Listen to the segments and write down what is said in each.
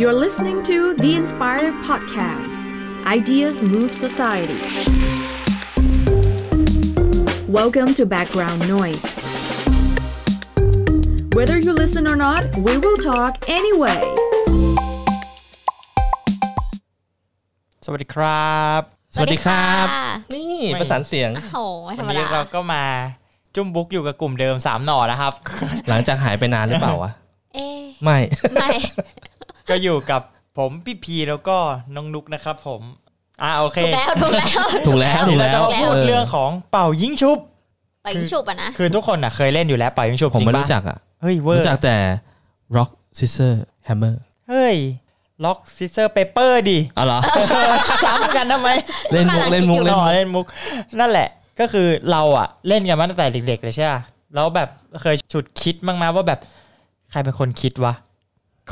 You're listening to The Inspired Podcast Ideas Move Society. Welcome to Background Noise. Whether you listen or not, we will talk anyway. สวัสดีครับ สวัสดีครับ นี่ประสานเสียง โอ้โหไม่ธร วัน รม นี้ ดา เราก็มาจุ้มบุ๊กอยู่กับกลุ่มเดิม 3 หน่อนะครับ หลังจากหายไปนานหรือเปล่าวะ เอ๊ะ ไม่ ไม่ ก็อยู่กับผมพี่พีแล้วก็น้องนุกนะครับผม อ่าโอเค ถูกแล้วถูกแล้ว ถูกแล้วถูเราจะกแล้ว มาพูดเรื่องของเป่ายิงชุบ ไปยิงฉุบอ่ะนะ คือทุกคนอ่ะเคยเล่นอยู่แล้วเป่ายิงชุบ ผม จริง ไม่ ปะ รู้จักอ่ะ เฮ้ยเวอร์ รู้จักแต่ rock scissor hammer เฮ้ยล็อกซิเซอร์เปเปอร์ดิ อ๋อเหรอ ซ้ำกันทำ ไม เล่นมุกเล่นมุก ห เล่น ล่อ มุก เล่นมุกนั่นแหละก็คือเราอะเล่นกันมาตั้งแต่เด็ก ๆ เลยใช่ปะแล้วแบบเคยฉุดคิดบ้างไหมว่าแบบใครเป็นคนคิดวะ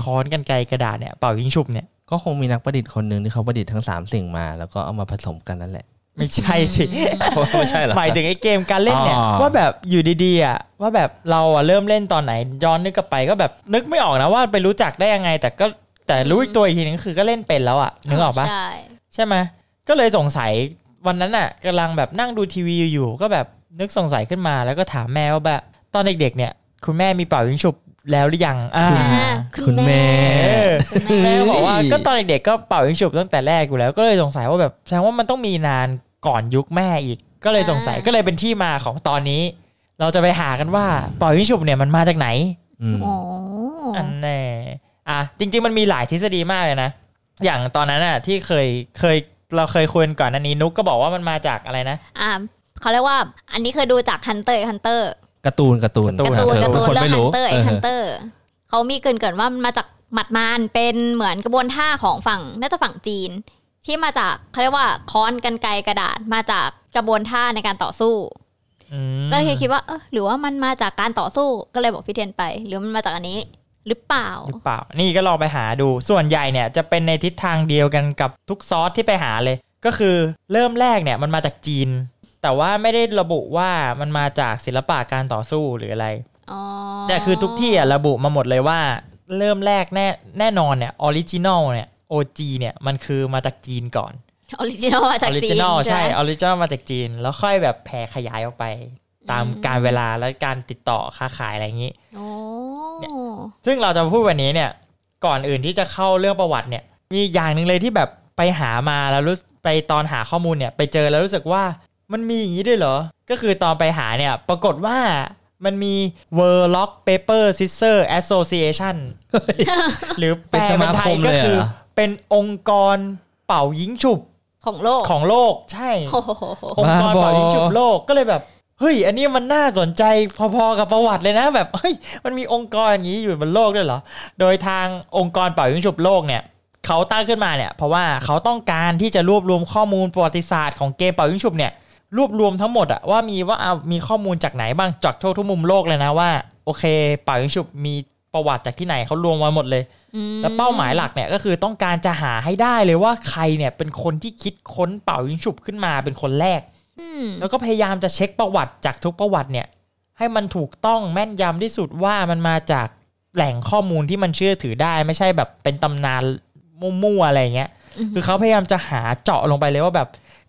ค้อนกันไกลกระดาษเนี่ยเป่ายิงฉุบเนี่ย ก็คงมีนักประดิษฐ์คนหนึ่งที่เขาประดิษฐ์ทั้ง 3 สิ่งมา แล้วก็เอามาผสมกันนั่นแหละ ไม่ใช่สิ ไม่ใช่เหรอ หมาย ถึงไอ้เกมการเล่นเนี่ย อ๋อ ว่าแบบอยู่ดีๆอะว่าแบบเราอะเริ่มเล่นตอนไหนย้อนนึกกลับไปก็แบบนึกไม่ออกนะว่าไปรู้จักได้ยังไง แต่ก็แต่รู้อีกตัวอีกทีนึงคือก็เล่นเป็นแล้วอะนึกออกปะ ใช่ ใช่ไหมก็เลยสงสัยวันนั้นน่ะกำลังแบบนั่งดูทีวีอยู่ก็แบบนึกสงสัยขึ้นมาแล้วก็ถามแม่ว่าแบบตอนเด็กๆเนี่ย คุณแม่มีเป่ายิงฉุบแล้วหรือยังอ่า อ่า คุณแม่ เออแม่ก็บอกว่า เฮ้ย ก็ตอนเด็กๆก็เป่ายิงฉุบตั้งแต่แรกอยู่แล้วก็เลยสงสัยว่าแบบแสดงว่ามันต้องมีนานก่อนยุคแม่อีก ก็เลยสงสัยก็เลยเป็นที่มาของตอนนี้ เราจะไปหากันว่าเป่ายิงฉุบเนี่ยมันมาจากไหน อืม โอ้ อันแน่อ่ะจริง ๆ มันมีหลายทฤษฎีมากเลยนะ อย่างตอนนั้นน่ะที่เคยเคยเราเคยคุยกันก่อนอันนี้นุกก็บอกว่ามันมาจากอะไรนะ อ่าเขาเรียกว่า อันนี้เคยดูจากฮันเตอร์ฮันเตอร์ การ์ตูนการ์ตูน การ์ตูนการ์ตูน คน เรื่อง ไม่ ฮั รู้ นเตอร์ไอ เออ ฮันเตอร์เขามีเกรินเกินๆว่ามันมาจากหมัดมานเป็นเหมือนกระบวนท่าของฝั่งน่าจะฝั่งจีน ที่มาจากเขาเรียกว่าค้อนกันไกรกระดาษมาจากกระบวนท่าในการต่อสู้ อืม ก็เลยคิดว่าเออหรือว่ามันมาจากการต่อสู้ก็เลยบอกพี่เทียนไป หรือมันมาจากอันนี้หรือเปล่า หรือเปล่า นี่ก็ลองไปหาดู ส่วนใหญ่เนี่ยจะเป็นในทิศทางเดียวกันกับทุกซอสที่ไปหาเลย ก็คือเริ่มแรกเนี่ยมันมาจากจีน แต่ว่าไม่ได้ระบุว่ามันมาจากศิลปะการต่อสู้หรืออะไร อ๋อ แต่คือทุกที่อ่ะระบุมาหมดเลยว่า เริ่มแรกแน่แน่นอนเนี่ยออริจินอลเนี่ย OG เนี่ยมันคือมาจากจีนก่อน ออริจินอลมา อ จาก อริ จี จิ น นอลใช่ ไหม ออริจินอลมาจากจีน แล้วค่อยแบบแผ่ขยายออกไป ตามการเวลาและการติดต่อค้าขายอะไรอย่างนี้ โอ้ ซึ่งเราจะมาพูดวันนี้เนี่ย ก่อนอื่นที่จะเข้าเรื่องประวัติเนี่ย มีอย่างหนึ่งเลยที่แบบไปหามาแล้วรู้ไปตอนหาข้อมูลเนี่ย ไปเจอแล้วรู้สึกว่ามันมีอย่างนี้ด้วยเหรอ ก็คือตอนไปหาเนี่ย ปรากฏว่ามันมี World Lock Paper Sister Association หรือแปลเป็นไทยก็คือเป็นองค์กรเป่ายิงฉุบ ของโลก ของโลกใช่ โอ้โห องค์กร บ้าบอ เป่ายิงฉุบโลกก็เลยแบบเฮ้ย อันนี้มันน่าสนใจพอๆกับประวัติเลยนะ แบบเฮ้ยมันมีองค์กรอย่างนี้อยู่บนโลกด้วยเหรอ โดยทางองค์กรเป่ายิงฉุบโลกเนี่ยเขาตั้งขึ้นมาเนี่ย เพราะว่าเขาต้องการที่จะรวบรวมข้อมูลประวัติศาสตร์ของเกมเป่ายิงฉุบเนี่ยรวบรวมทั้งหมดอะว่ามีว่าเอามีข้อมูลจากไหนบ้างจากทั่วทุกมุมโลกเลยนะว่าโอเค เป่ายิงฉุบมีประวัติจากที่ไหนเขารวมมาหมดเลย อืม แล้วเป้าหมายหลักเนี่ยก็คือต้องการจะหาให้ได้เลยว่าใครเนี่ยเป็นคนที่คิดค้นเป่ายิงฉุบขึ้นมาเป็นคนแรก อืม แล้วก็พยายามจะเช็คประวัติจากทุกประวัติเนี่ย ให้มันถูกต้องแม่นยำที่สุดว่ามันมาจากแหล่งข้อมูลที่มันเชื่อถือได้ ไม่ใช่แบบเป็นตำนานมั่วๆอะไรเงี้ย คือเขาพยายามจะหาเจาะลงไปเลยว่าแบบ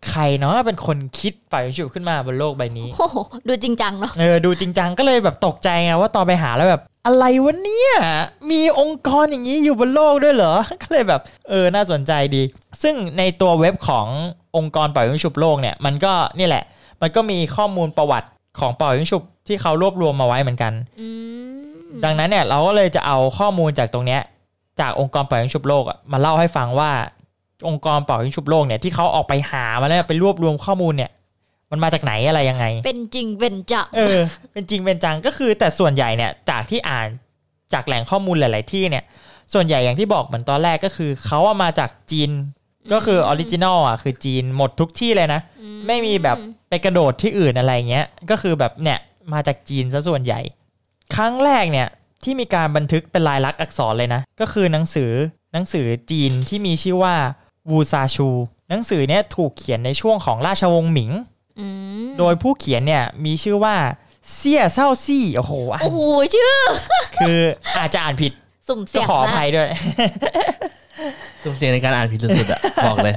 ใครเนาะเป็นคนคิดฝ่ายชุบขึ้นมาบนโลกใบนี้ โอ้โหดูจริงจังเนาะ เออดูจริงจังก็เลยแบบตกใจไงว่าตอนไปหาแล้วแบบ อะไรวะเนี่ย มีองค์กรอย่างนี้อยู่บนโลกด้วยเหรอ ก็เลยแบบ เออน่าสนใจดี ซึ่งในตัวเว็บขององค์กรเป่ายิงฉุบโลกเนี่ยมันก็นี่แหละ มันก็มีข้อมูลประวัติของเป่ายิงฉุบที่เขารวบรวมมาไว้เหมือนกัน อืม ดังนั้นเนี่ยเราก็เลยจะเอาข้อมูลจากตรงเนี้ยจากองค์กรเป่ายิงฉุบโลกอะมาเล่าให้ฟังว่า องค์กรเป่ายิงฉุบโลกเนี่ยที่เขาออกไปหามาแล้วไปรวบรวมข้อมูลเนี่ย มันมาจากไหนอะไรยังไง เป็นจริงเป็นจัง เออ เป็นจริงเป็นจังก็คือแต่ส่วนใหญ่เนี่ยจากที่อ่านจากแหล่งข้อมูลหลาย ๆ ที่เนี่ย ส่วนใหญ่อย่างที่บอกเหมือนตอนแรกก็คือเขาว่ามาจากจีนก็คือออริจินอลอ่ะคือจีนหมดทุกที่เลยนะ อื ไม่มีแบบไปกระโดดที่อื่นอะไรเงี้ย ก็คือแบบเนี่ยมาจากจีนซะส่วนใหญ่ ครั้งแรกเนี่ยที่มีการบันทึกเป็นลายลักษณ์อักษรเลยนะ ก็คือหนังสือหนังสือจีนที่มีชื่อว่าวูซาชู หนังสือเนี่ยถูกเขียนในช่วงของราชวงศ์หมิง อืม โดยผู้เขียนเนี่ยมีชื่อว่าเซี่ยเซาซี่โอ้โหอ่าน โอ้โหชื่อ คืออาจจะอ่านผิด สุ่ม ก็ เสี่ยง ขออ มา ภั ก ยด้วย สุ่มเสี่ยงในการอ่านผิดสุดๆอะ บอกเลย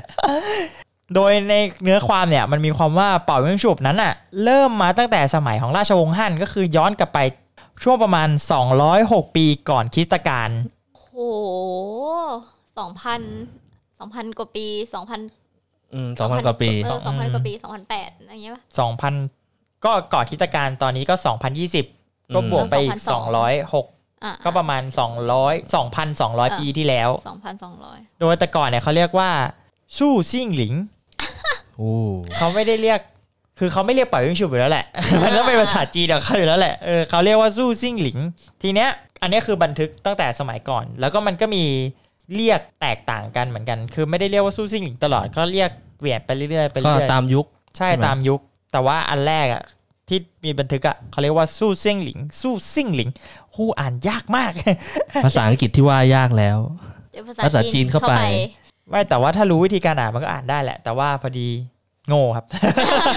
โดยในเนื้อความเนี่ยมันมีความว่าเป่าเม่งฉุบนั้นอะเริ่มมาตั้งแต่สมัยของราชวงศ์ฮั่นก็คือย้อนกลับไปช่วงประมาณ 206 ปีก่อนคริสตกาล โอ้โหสองพันสองพันกว่าปีสองพัน อืมสองพันกว่าปี เออสองพันกว่าปีสองพันแปดอะไรอย่างเงี้ยป่ะ 2,000 ก็ก่อนคริสตกาลตอนนี้ก็ 2,020 ก็บวกไปอีก อืม 206 อ่ะ ก็ประมาณ 200 2,200 ปีที่แล้ว สองพันสองร้อย โดยแต่ก่อนเนี่ยเขาเรียกว่าสู้ซิ่งหลิง โอ้ เขาไม่ได้เรียก คือเขาไม่เรียกเป่ายิงฉุบอยู่แล้วแหละ มันก็เป็นภาษาจีนของเขาอยู่แล้วแหละ เออเขาเรียกว่าสู้ซิ่งหลิง ทีเนี้ย อันเนี้ยคือบันทึกตั้งแต่สมัยก่อน แล้วก็มันก็มีเรียกแตกต่างกันเหมือนกัน คือไม่ได้เรียกว่าสู้ซิ่งหลิงตลอด ก็เรียกเปลี่ยนไปเรื่อยๆไป ก็ เรื่อย ตามยุค ๆ ใช่ ใช่ไหม ตามยุค แต่ว่าอันแรกอะที่มีบันทึกอะเขาเรียกว่าสู้ซิ่งหลิง สู้ซิ่งหลิงโหอ่านยากมาก ภาษาอังกฤษที่ว่ายากแล้ว เดี๋ยว ภาษาจีนเข้าไป ไม่แต่ว่าถ้ารู้วิธีการอ่านมันก็อ่านได้แหละ แต่ว่าพอดีโง่ครับ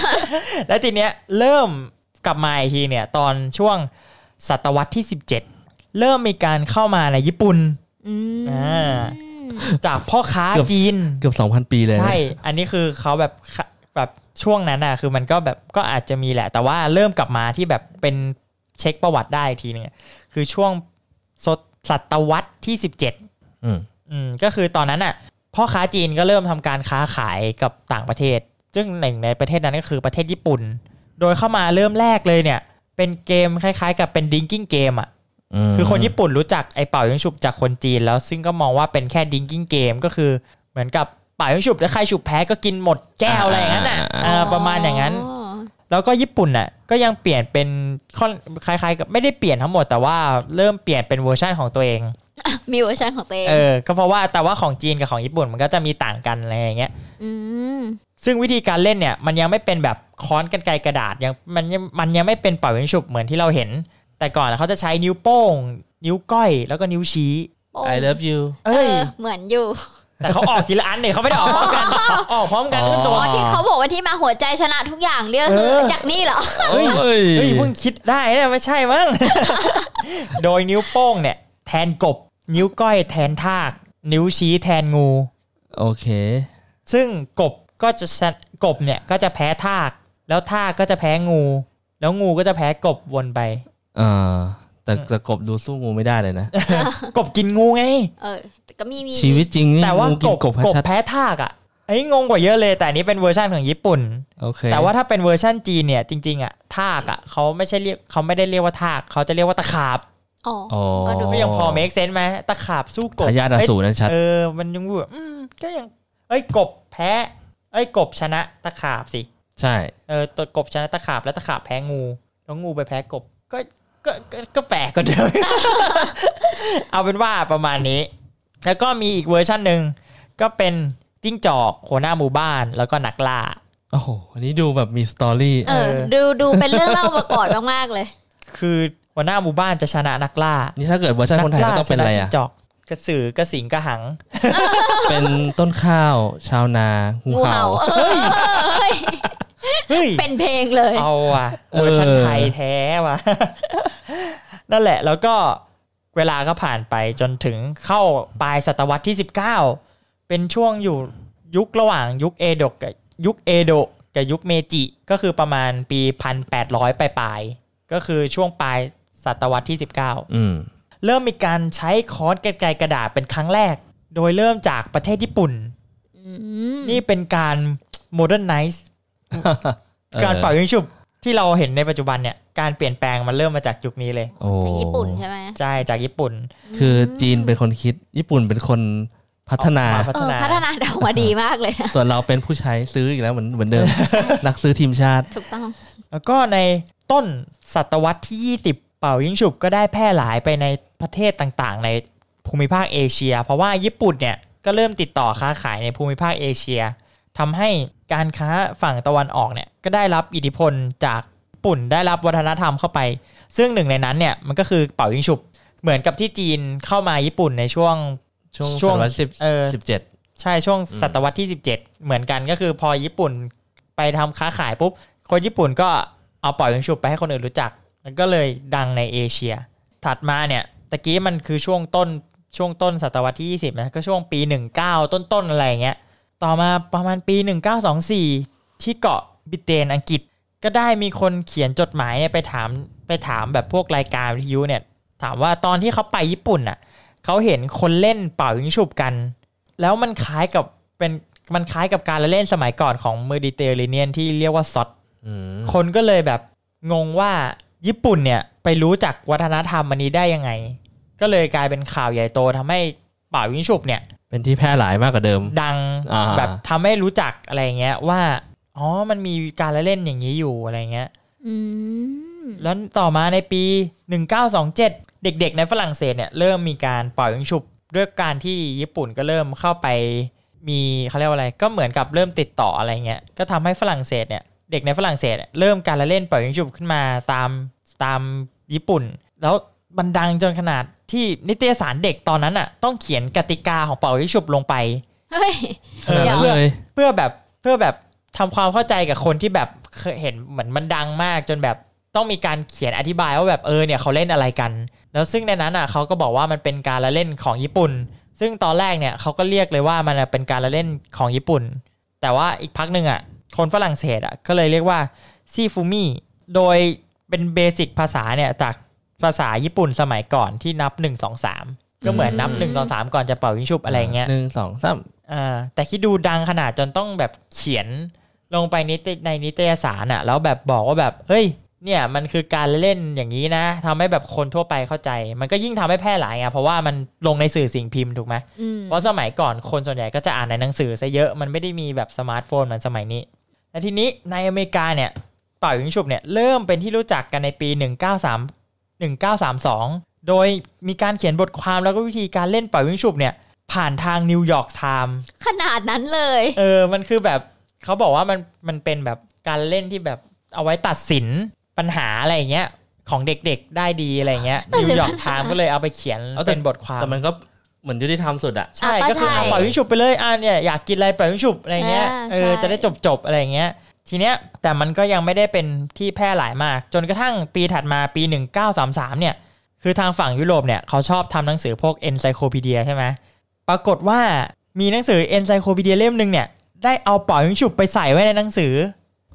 และทีเนี้ยเริ่มกลับมาอีกทีเนี่ย ตอนช่วงศตวรรษที่ 17 เริ่มมีการเข้ามาในญี่ปุ่น อืม อ่า จากพ่อค้า เกือบ จีน เกือบสองพันปีเลยนะ ใช่ อันนี้คือเขาแบบค่ะแบบช่วงนั้นอ่ะ คือมันก็แบบก็อาจจะมีแหละ แต่ว่าเริ่มกลับมาที่แบบเป็นเช็คประวัติได้อีกทีนึงอะคือช่วงศตศตวรรษที่ 17 อืม อืมก็คือตอนนั้นอ่ะพ่อค้าจีนก็เริ่มทำการค้าขายกับต่างประเทศ ซึ่งหนึ่งในประเทศนั้นก็คือประเทศญี่ปุ่น โดยเข้ามาเริ่มแรกเลยเนี่ย เป็นเกมคล้ายๆ กับเป็นดิงกิ้งเกมอ่ะ ม คือคนญี่ปุ่นรู้จักไอ้เป่ายิงฉุบจากคนจีนแล้วซึ่งก็มองว่าเป็นแค่ดิงกิ้งเกมก็คือเหมือนกับเป่ายิงฉุบแล้วใครฉุบแพ้ก็กินหมดแก้วอะไรอย่างนั้นอ่ะเออประมาณอย่างนั้น แล้วก็ญี่ปุ่นน่ะก็ยังเปลี่ยนเป็นค่อนคล้ายๆกับไม่ได้เปลี่ยนทั้งหมดแต่ว่าเริ่มเปลี่ยนเป็นเวอร์ชันของตัวเอง มีเวอร์ชันของตัวเอง เออ ก็เพราะว่าแต่ว่าของจีนกับของญี่ปุ่นมันก็จะมีต่างกันอะไรอย่างเงี้ย ม ซึ่งวิธีการเล่นเนี่ยมันยังไม่เป็นแบบค้อนกันไกรกระดาษยังมันยังมันยังไม่เป็นเป่ายิงฉุบเหมือนที่เราเห็น แต่ก่อนเขาจะใช้นิ้วโป้ง นิ้วก้อยแล้วก็นิ้วชี้ โอ้ ไอเลิฟยู เอ เอ้ย อเหมือนอยู่ แต่เขาออกทีละอันเนี่ยเขาไม่ได้ออกพร้อมกันออกพร้อมกัน อ๋อ ก็โด อ๋อน ที่เขาบอกว่าที่มาหัวใจชนะทุกอย่างเนี่ยคือ เออ จากนี่เหรอ เฮ้ย เฮ้ยเพิ่งคิดได้นะไม่ใช่ มั้ง โดยนิ้วโป้งเนี่ย แทนกบ นิ้วก้อยแทนทาก นิ้วชี้แทนงู โอเค ซึ่งกบก็จะชนะกบเนี่ยก็จะแพ้ทาก แล้วทากก็จะแพ้งู แล้วงูก็จะแพ้กบวนไป อ่า แต่แต่กบดูสู้งูไม่ได้เลยนะ กบกินงูไง เออแต่ก็มีมี ชีวิตจริงนี่ แต่ว่า งู ก กิน บ กบให้ กบ ชัด แพ้ทากอ่ะอันนี้งงกว่าเยอะเลย แต่อันนี้เป็นเวอร์ชันของญี่ปุ่น โอเค แต่ว่าถ้าเป็นเวอร์ชันจีนเนี่ยจริง ๆ อ่ะทากอ่ะเขาไม่ใช่เรียกเขาไม่ได้เรียกว่าทากเขาจะเรียกว่าตะขาบ อ๋ออ อ๋อ ก็ดู ก็ยังพอเมคเซน s ์ไหมตะขาบสู้กบ ทายาทอ เอ้ย สูรนั่นชัด เออมันยังแบบอืมก็ยังเอ้ยกบแพ้เอ้ยกบชนะตะขาบสิ ใช่ เออตัวกบชนะตะขาบแล้วตะขาบแพ้งูแล้วงูไปแพ้กบก็ก็ก็ก็แปลกกว่าเดิม เอาเป็นว่าประมาณนี้ แล้วก็มีอีกเวอร์ชันหนึ่งก็เป็นจิ้งจอกหัวหน้าหมู่บ้านแล้วก็นักล่า โอ้โห อันนี้ดูแบบมีสตอรี่ เออ เออ ดูดูเป็นเรื่องเล่ามาก่อนมากๆเลย คือหัวหน้าหมู่บ้านจะชนะนักล่า นี่ถ้าเกิดเวอร์ชันคนไทยก็ต้องเป็นอะไร กล่าช อ่ะ จิ้งจอกกระสือกระสิงกระหัง เป็นต้นข้าว ชาวนา งู งู เห่า เห่าเออเฮ้ย เฮ้ย เป็นเพลงเลย เอาอ่ะ เออ เวอร์ชันไทยแท้ว่ะ นั่นแหละแล้วก็เวลาก็ผ่านไปจนถึงเข้าปลายศตวรรษที่ 19 เป็นช่วงอยู่ยุคระหว่างยุคเอโดะกับยุคเอโดะกับยุคเมจิ ก็คือประมาณปี 1800 ปลายปลายๆก็คือช่วงปลายศตวรรษที่ 19 อืม เริ่มมีการใช้ค้อนกรรไกรกระดาษเป็นครั้งแรก โดยเริ่มจากประเทศญี่ปุ่น นี่ นี่เป็นการโมเดิร์นไนซ์ การเป่ายิงฉุบที่เราเห็นในปัจจุบันเนี่ยการเปลี่ยนแปลงมันเริ่มมาจากยุคนี้เลย โอ้ จากญี่ปุ่นใช่ไหม ใช่จากญี่ปุ่น คือจีนเป็นคนคิด ญี่ปุ่นเป็นคนพัฒนา เอม เออพัฒนาเดามาดีมากเลยนะ ส่วนเราเป็นผู้ใช้ซื้ออีกแล้วเหมือนเหมือนเดิม นักซื้อทีมชาติ ถูกต้อง แล้วก็ในต้นศตวรรษที่ 20 เป่ายิงฉุบก็ได้แพร่หลายไปในประเทศต่างๆ ในภูมิภาคเอเชีย เพราะว่าญี่ปุ่นเนี่ยก็เริ่มติดต่อค้าขายในภูมิภาคเอเชียทำให้การค้าฝั่งตะวันออกเนี่ยก็ได้รับอิทธิพลจากญี่ปุ่นได้รับวัฒนธรรมเข้าไป ซึ่งหนึ่งในนั้นเนี่ยมันก็คือเป่ายิงฉุบเหมือนกับที่จีนเข้ามาญี่ปุ่นในช่วง ช่วง ช่วง ศตวรรษสิบ เออ สิบเจ็ด ใช่ช่วง อืม ศตวรรษที่ 17 เหมือนกันก็คือพอญี่ปุ่นไปทำค้าขายปุ๊บ คนญี่ปุ่นก็เอาปล่อยยิงฉุบไปให้คนอื่นรู้จัก แล้วก็เลยดังในเอเชีย ถัดมาเนี่ย ตะกี้มันคือช่วงต้นช่วงต้นศตวรรษที่ 20นะก็ช่วงปี 19 ต้นๆอะไรอย่างเงี้ยต่อมาประมาณปี 1924 ที่เกาะบริเตนอังกฤษ ก็ได้มีคนเขียนจดหมายเนี่ยไปถามไปถามแบบพวกรายการวิทยุเนี่ยถามว่าตอนที่เขาไปญี่ปุ่นอ่ะเขาเห็นคนเล่นเป่ายิงฉุบกัน แล้วมันคล้ายกับเป็นมันคล้ายกับการละเล่นสมัยก่อนของเมดิเตอร์เรเนียนที่เรียกว่าซอด อืม คนก็เลยแบบงงว่าญี่ปุ่นเนี่ยไปรู้จักวัฒนธรรมอันนี้ได้ยังไง ก็เลยกลายเป็นข่าวใหญ่โตทำให้เป่ายิงฉุบเนี่ย เป็นที่แพร่หลายมากกว่าเดิม ดัง อ่า แบบทำให้รู้จักอะไรเงี้ยว่าอ๋อมันมีการละเล่นอย่างนี้อยู่อะไรเงี้ย อืม แล้วต่อมาในปี 1927 เด็กๆ ในฝรั่งเศสเนี่ยเริ่มมีการเป่ายิงฉุบด้วยการที่ญี่ปุ่นก็เริ่มเข้าไปมีเขาเรียกว่าอะไร ก็เหมือนกับเริ่มติดต่ออะไรเงี้ย ก็ทำให้ฝรั่งเศสเนี่ยเด็กในฝรั่งเศสเนี่ยเริ่มการละเล่นเป่ายิงฉุบขึ้นมาตามตามญี่ปุ่น แล้วบันดังจนขนาดที่นิตยสารเด็กตอนนั้นอ่ะต้องเขียนกติกาของเป่ายิงฉุบลงไป เฮ้ย ขนาดนั้น เดี๋ยว เลย เพื่อแบบเพื่อแบบทำความเข้าใจกับคนที่แบบเคยเห็นเหมือนมันดังมากจนแบบต้องมีการเขียนอธิบายว่าแบบเออเนี่ยเขาเล่นอะไรกัน แล้วซึ่งในนั้นอ่ะเขาก็บอกว่ามันเป็นการละเล่นของญี่ปุ่น ซึ่งตอนแรกเนี่ยเขาก็เรียกเลยว่ามันอะเป็นการละเล่นของญี่ปุ่น แต่ว่าอีกพักหนึ่งอ่ะคนฝรั่งเศสอ่ะก็เลยเรียกว่าซีฟูมิโดยเป็นเบสิกภาษาเนี่ยจากภาษาญี่ปุ่นสมัยก่อนที่นับ 1 2 3 ก็เหมือนนับ 1 2 3 ก่อนจะเป่ายิงชุบอะไรเงี้ย หนึ่งสองสาม อ่าแต่คิดดูดังขนาดจนต้องแบบเขียนลงไปนิตยในนิตยสารอะแล้วแบบบอกว่าแบบเฮ้ย เนี่ยมันคือการเล่นอย่างนี้นะทำให้แบบคนทั่วไปเข้าใจ มันก็ยิ่งทำให้แพร่หลายไงเพราะว่ามันลงในสื่อสิ่งพิมพ์ถูกไหม อืม เพราะสมัยก่อนคนส่วนใหญ่ก็จะอ่านในหนังสือซะเยอะมันไม่ได้มีแบบสมาร์ทโฟนเหมือนสมัยนี้และทีนี้ในอเมริกาเนี่ยเป่ายิงฉุบเนี่ยเริ่มเป็นที่รู้จักกันในปี 193 1932 โดยมีการเขียนบทความแล้วก็วิธีการเล่นเป่ายิงฉุบเนี่ยผ่านทางนิวยอร์กไทม์ ขนาดนั้นเลย เออ มันคือแบบเขาบอกว่ามันมันเป็นแบบการเล่นที่แบบเอาไว้ตัดสินปัญหาอะไรอย่างเงี้ยของเด็กๆได้ดีอะไรอย่างเงี้ย ตัด นิ สิ วน ยอร์ ปั ก ญ ไท หา ม์ก็เลยเอาไปเขียน เอาแต่ เป็นบทความ แต่มันก็เหมือนยุติธรรมสุดอะ ใช่ อ่ะ ก็คือ ใช่ ปล่อยวิงฉุบไปเลยอ่ะเนี่ยอยากกินอะไรปล่อยวิงฉุบอะไรเงี้ย อ่า เออ ใช่ จะได้จบจบๆอะไรเงี้ยทีเนี้ยแต่มันก็ยังไม่ได้เป็นที่แพร่หลายมาก จนกระทั่งปีถัดมาปี 1933เนี่ยคือทางฝั่งยุโรปเนี่ยเขาชอบทำหนังสือพวกเอนไซโคพีเดียใช่ไหม ปรากฏว่ามีหนังสือ Encyclopedia เล่มหนึ่งเนี่ย ได้เอาเป่ายิงฉุบไปใส่ไว้ในหนังสือ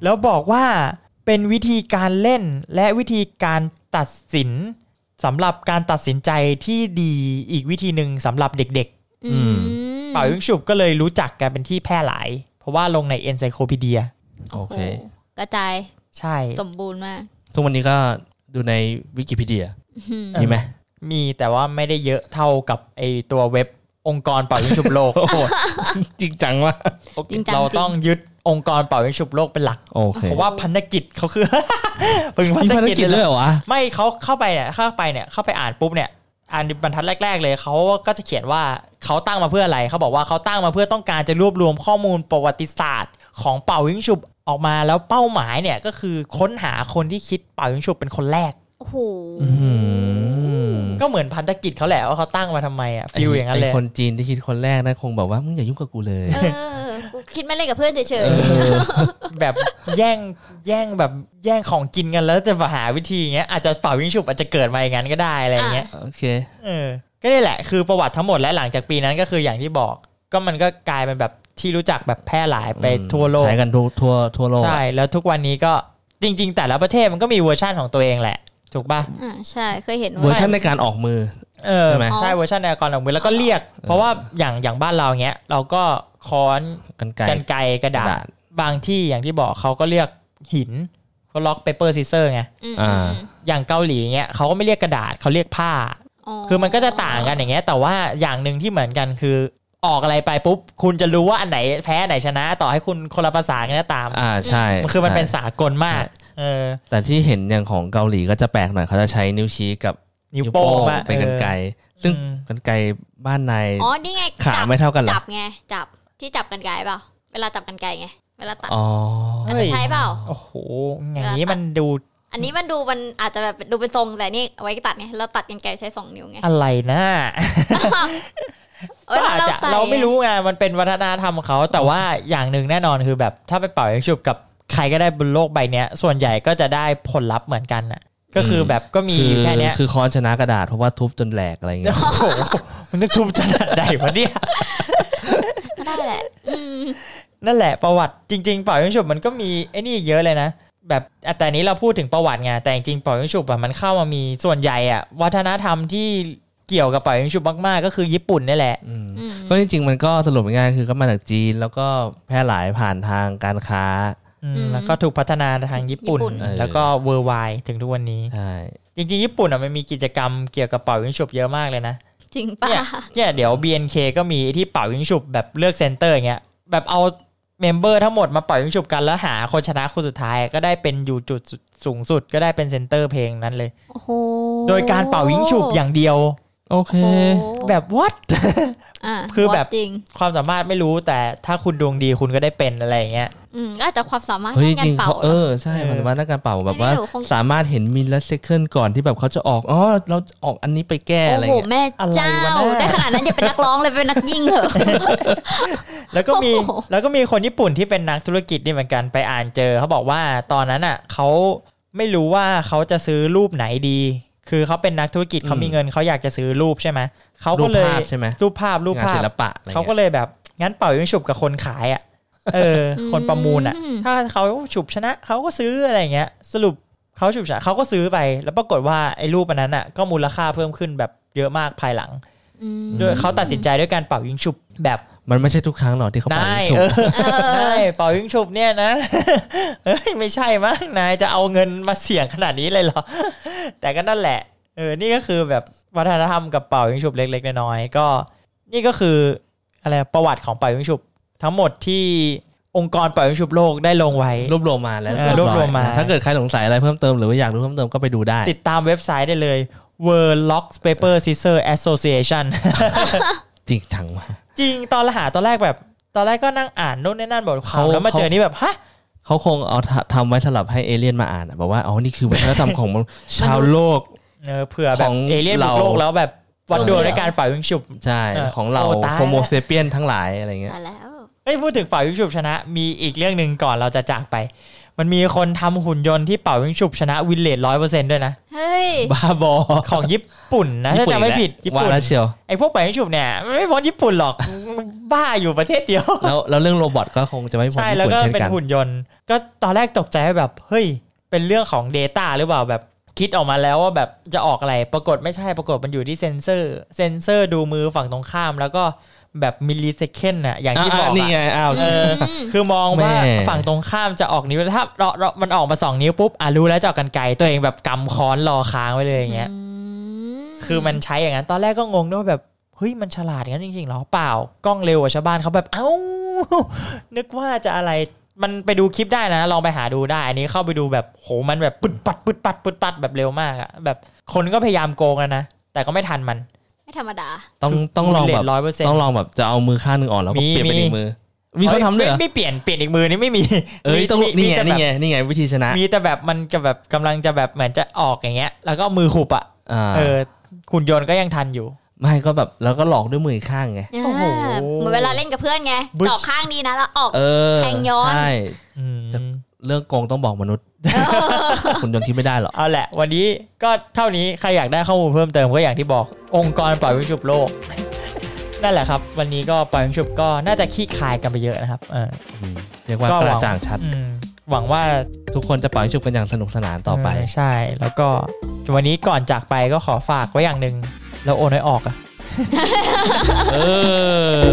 แล้วบอกว่าเป็นวิธีการเล่นและวิธีการตัดสินสำหรับการตัดสินใจที่ดีอีกวิธีหนึ่งสำหรับเด็ก อืม ๆ เป่ายิงฉุบก็เลยรู้จักกันเป็นที่แพร่หลาย เพราะว่าลงใน Encyclopedia โอเค หกระจาย ใช่ สมบูรณ์มาก ซึ่งวันนี้ก็ดูในวิกิพีเดีย อืม เออ มีไหม มีแต่ว่าไม่ได้เยอะเท่ากับไอตัวเว็บองค์กรเป่ายิงฉุบโล ก โอ้โห จริงจังว่ะ จริงจัง เรา จริ ต้องงยึดองค์กรเป่ายิงฉุบโลกเป็นหลัก โอเค เพราะว่าพันธกิจเขาคือ พึงพัน มี ธ ภาร กิจ กิจ เล เลย ย เหรอวะ ไม่เขาเข้าไปเนี่ยเข้าไปเนี่ยเข้าไปอ่านปุ๊บเนี่ยอ่านบรรทัดแรก ๆ เลยเขาก็จะเขียนว่าเขาตั้งมาเพื่ออะไรเขาบอกว่าเขาตั้งมาเพื่อต้องการจะรวบรวมข้อมูลประวัติศาสตร์ ของเป่ายิงฉุบออกมาแล้วเป้าหมายเนี่ยก็คือค้นหาคนที่คิดเป่ายิงฉุบเป็นคนแรก โอ้โห อื้อหือ ก็เหมือนพันธกิจเขาแหละว่าเขาตั้งมาทำไมอ่ะฟิลอย่างนั้นเลย ไคนจีนที่คิดคนแรกนะคงแบบว่ามึงอย่ายุ่งกับกูเลย เออกูคิดไม่เล่นกับเพื่อนเฉย เออ แบบแย่งแย่งแบบแย่งของกินกันแล้วจะมาหาวิธีอย่างเงี้ยอาจจะเป่ายิงฉุบอาจจะเกิดมาอย่างนั้นก็ได้อะไรอย่างเงี้ย โอเค เออก็นี่แหละคือประวัติทั้งหมดและหลังจากปีนั้นก็คืออย่างที่บอก ก็มันก็กลายเป็นแบบที่รู้จักแบบแพร่หลายไปทั่วโลก ใช้กันทั่วทั่วทั่วโลก ใช่แล้วทุกวันนี้ก็จริง ๆ แต่ละประเทศมันก็มีเวอร์ชั่นของตัวเองแหละ ถูกป่ะ ๆอ่าใช่ เคยเห็น เวอร์ ว่า ชันในการออกมือ เออ ใช่ไหม ใช่เวอร์ชันในกรของมือแล้วก็เรียก เพราะว่าอย่างอย่างบ้านเราเงี้ยเราก็ค้อน กันไกล กันไกรกระดาษ ษ บางที่อย่างที่บอกเขาก็เรียกหินเขาล็อกเปเปอร์ซิเซอร์ไง อืม อ่า อย่างเกาหลีเงี้ยเขาก็ไม่เรียกกระดาษเขาเรียกผ้า คือมันก็จะต่างกันอย่างเงี้ยแต่ว่าอย่างหนึ่งที่เหมือนกันคือออกอะไรไปปุ๊บ คุณจะรู้ว่าอันไหนแพ้อันไหนชนะ ต่อให้คุณคนละภาษากันก็ตาม อ่าใช่ มันคือมันเป็น ใช่ สากลมากเออ แต่ที่เห็นอย่างของเกาหลีก็จะแปลกหน่อยเขาจะใช้นิ้วชี้กับ นิ้วโป้ง ง อะ เป็นกันไกล ออ ซึ่ง อืม กันไกลบ้านในาย อ๋อ นี่ไง ขา จับ ไม่เท่ากันเหรอ จับไง จับ ที่จับกันไกลเปล่า เวลาจับกันไกลไง เวลาตัด อ๋อ อาจจะใช้เปล่า โอ้โหอย่างนี้มันดู อันนี้มันดูมันอาจจะแบบดูเป็นทรงแต่นี่เอาไว้ตัดไงเราตัดกันไกลใช้สองนิ้วไง อะไรนะ เว ก็ ล อาจจะ ใส่ เราไม่รู้ไงมันเป็นวัฒนธรรมของเขา แต่ว่าอย่างหนึ่งแน่นอนคือแบบถ้าไปเป่ายิงฉุบกับใครก็ได้บนโลกใบเนี้ยส่วนใหญ่ก็จะได้ผลลัพธ์เหมือนกันน่ะ ก็คือแบบก็มี อ แค่เนี้ย คือค้อนชนะกระดาษเพราะว่าทุบจนแหลกอะไรอย่างเงี้ย โอ้โหมันนึกทุบขนาดใดวะเนี่ย ก็ได้แหละ อืม นั่นแหละประวัติจริงๆเป่ายิงฉุบมันก็มีไอ้นี่เยอะเลยนะ แบบอ่ะแต่อันนี้เราพูดถึงประวัติไงแต่จริงๆเป่ายิงฉุบอะมันเข้ามามีส่วนใหญ่อะวัฒนธรรมที่เกี่ยวกับเป่ายิงฉุบมากๆ ก็คือญี่ปุ่นนี่แหละ อืม อืม ก็จริงๆมันก็สรุปง่ายๆคือก็มาจากจีนแล้วก็แพร่หลายผ่านทางการค้า อืมแล้วก็ถูกพัฒนาทางญี่ปุ่น ญี่ปุ่น เออ แล้วก็เวอร์ไวถึงทุกวันนี้ ใช่ จริงๆ ญี่ปุ่นอะมันมีกิจกรรมเกี่ยวกับเป่ายิงฉุบเยอะมากเลยนะ จริงป่ะ เนี่ยเนี่ยเดี๋ยว BNK ก็มีที่เป่ายิงฉุบแบบเลือกเซนเตอร์อย่างเงี้ยแบบเอาเมมเบอร์ทั้งหมดมาเป่ายิงฉุบกันแล้วหาคนชนะคนสุดท้ายก็ได้เป็นอยู่จุดสูงสุดก็ได้เป็นเซนเตอร์เพลงนั้นเลย โอ้โห โดยการเป่ายิงฉุบอย่างเดียว โอเค โอ้โห แบบ what ะ คือแบบ จริง ความสามารถไม่รู้แต่ถ้าคุณดวงดีคุณก็ได้เป็นอะไรอย่างเงี้ย อืมก็อาจจะความสามารถ เฮ้ย ในกา จ ร ริง เป่า เขาเออใช่มันสามารถในการเป่าแบบว่า อันนี้หนูคง สามารถเห็นมิลลิเซคันก่อนที่แบบเขาจะออกอ๋อเราออกอันนี้ไปแก้อะไร โอ้โห เงี้ย แม่เจ้า อะไรวะเนี่ย ได้ขนาดนั้นอย่าเป็นนักร้องเลยเป็นนักยิงเหอะ แล้วก็มี โอ้โห แล้วก็มีคนญี่ปุ่นที่เป็นนักธุรกิจนี่เหมือนกันไปอ่านเจอ เขาบอกว่าตอนนั้นอ่ะเขาไม่รู้ว่าเขาจะซื้อรูปไหนดี คือเขาเป็นนักธุรกิจเขามีเงินเขาอยากจะซื้อรูปใช่ไหมเขา รู ก็ ป เลย ภาพใช่ไหม รูปภาพรูป งาน ภา ศิ พ ลปะอะไร เขาก็ เงี้ย เลยแบบงั้นเป่ายิงฉุบกับคนขายอ่ะ เออ คนประมูลอ่ะ อืม ถ้าเขาฉุบชนะเขาก็ซื้ออะไรอย่างเงี้ย สรุปเขาฉุบชนะเขาก็ซื้อไป แล้วปรากฏว่าไอ้รูปอันนั้นอ่ะก็มูลค่าเพิ่มขึ้นแบบเยอะมากภายหลัง อืม ด้วยเขาตัดสินใจด้วยการเป่ายิงฉุบแบบ มันไม่ใช่ทุกครั้งหรอกที่เขาเป่า ได้ ถูก เออ เออ ได้เป่ายิงฉุบเนี่ยนะ เอ้ยไม่ใช่มั้งนายจะเอาเงินมาเสี่ยงขนาดนี้เลยเหรอ แต่ก็นั่นแหละ เออ นี่ก็คือแบบวัฒนธรรมกับเป่ายิงฉุบเล็กๆน้อยๆก็ นี่ก็คืออะไรประวัติของเป่ายิงฉุบทั้งหมดที่องค์กรเป่ายิงฉุบโลกได้ลงไว้ รวบรวมมาแล้ว เออรวบรวมมา ถ้าเกิดใครสงสัยอะไรเพิ่มเติมหรือว่าอยากรู้เพิ่มเติมก็ไปดูได้ ติดตามเว็บไซต์ได้เลย World Lock Paper Scissor Association จริงจังว่ะ จริงตอนละหาตอนแรกแบบ ตอนแรกก็นั่งอ่านนู่นนี่นั่นบทควา เขา มแล้วมาเจอนี่แบบ ฮะ เขาคงเอาทำทำไว้สำหรับให้เอเลี่ยนมาอ่านอะบอกว่าอ๋อนี่คือวัฒนธรรมของมนุษย์ชาวโลก เออเผื่อแบ ข บ อง เอเลี่ยนบุ เรา กโลกแล้วแบบวัดดวงด้วยการเป่ายิงฉุบ ใช่ เออ ของเรา โอ้ตาย โฮโมเซเปียนทั้งหลายอะไรเงี้ย แต่แล้ว เอ้ยพูดถึงเป่ายิงฉุบชนะ มีอีกเรื่องหนึ่งก่อนเราจะจากไป มันมีคนทำหุ่นยนต์ที่เป่ายิงฉุบชนะวินเลดร้อยเปอร์เซ็นต์ด้วยนะ เฮ้ย บ้าบอ ของญี่ปุ่นนะถ้าจำไม่ผิด ญี่ ญี่ ปุ่ปุ่นอีก น แล้วว่าแล้วเชียว ไอ้พวกเป่ายิงฉุบเนี่ยมันไม่พ้นญี่ปุ่นหรอก บ้าอยู่ประเทศเดียว แล้วแล้วเรื่องโรบอทก็คงจะไม่พ้น ใช่ ญี่ แล้ว ปุ่น ก็ เช่น เป็น กัน หุ่นยนต์ ก็ตอนแรกตกใจว่าแบบ เฮ้ย เป็นเรื่องของ Data หรือเปล่าแบบคิดออกมาแล้วว่าแบบจะออกอะไร ปรากฏไม่ใช่ปรากฏมันอยู่ที่เซนเซอร์ เซนเซอร์ดูมือฝั่งตรงข้าม แล้วก็แบบมิลลิเซคน่ะอย่างที่บอก นี่ อะ ไงอ้าว เออคือมองว่า แม่ ฝั่งตรงข้ามจะออกนิ้วถ้าเราเรามันออกมาสองนิ้วปุ๊บอ่ะรู้แล้วจะออกกันไกลตัวเองแบบกำค้อนรอค้างไว้เลยอย่างเงี้ย คือมันใช้อย่างนั้น ตอนแรกก็งงด้วยว่าแบบเฮ้ยมันฉลาดงั้นจริงๆเหรอเปล่ากล้องเร็วกว่าชาวบ้านเขาแบบเอ้า นึกว่าจะอะไรมันไปดูคลิปได้นะ ลองไปหาดูได้ อันนี้เข้าไปดูแบบโหมันแบบปึ๊ดปัดปึ๊ดปัดปึ๊ดปัดแบบเร็วมากอะแบบคนก็พยายามโกงแล้วนะแต่ก็ไม่ทันมัน ไม่ธรรมดา ต้องต้องลองแบบ ร้อยเปอร์เซ็นต์ ต้องลองแบบจะเอามือข้างหนึ่งอ่อนแล้วก็ มี เปมีลี่ยนเป็นอีกมือ มีคนทำด้วยเหรอ ไม่ไม่เปลี่ยนเปลี่ยนอีกมือนี่ไม่มี เอ้ย มี ต้อง มี นี่ไง มีแต่แบบ นี่ไงนี่ไงวิธีชนะ มีแต่แบบมันจะแบบกำลังจะแบบเหมือนจะออกอย่างเงี้ย แล้วก็เอามือหุบอ่ะ อ่า เออหุ่นยนต์ก็ยังทันอยู่ ไม่ก็แบบแล้วก็หลอกด้วยมืออีกข้างไง อ่า โอ้โห เหมือนเวลาเล่นกับเพื่อนไง บึ้ช เจาะข้างดีนะแล้วออก เออ แทงย้อน ใช่ อืม เรื่องโกงต้องบอกมนุษย์คุณยนต์คิดไม่ได้หรอก เอาแหละ วันนี้ก็เท่านี้ใครอยากได้ข้อมูลเพิ่มเติมก็อย่างที่บอกองค์กรปล่อยวิงฉุบโลก นั่นแหละครับ วันนี้ก็ปล่อยวิงฉุบก็น่าจะขี้คายกันไปเยอะนะครับเออ อืมเรียกว่า ก็ ก หวัง ระจ่างชัด อืมหวังว่า ทุกคนจะปล่อยชุบกันอย่างสนุกสนานต่อไป เใช่ แล้วก็วันนี้ก่อนจากไปก็ขอฝากไว้อย่างหนึ่งแล้วโอนให้ออกอะ เออ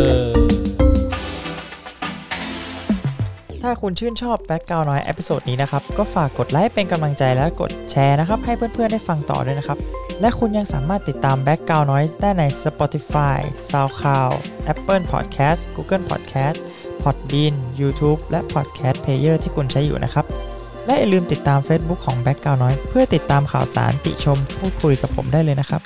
ถ้าคุณชื่นชอบแบ็กกราวน้อย เอพิโซดนี้นะครับ ก็ฝากกดไลค์เป็นกำลังใจและกดแชร์นะครับ ให้เพื่อนๆได้ฟังต่อด้วยนะครับ และคุณยังสามารถติดตามแบ็กกราวน้อยได้ใน Spotify, SoundCloud, Apple Podcast, Google Podcast, Podbean, YouTube และ Podcast Player ที่คุณใช้อยู่นะครับ และอย่าลืมติดตาม Facebook ของ Background Noise เพื่อติดตามข่าวสารติชมพูดคุยกับผมได้เลยนะครับ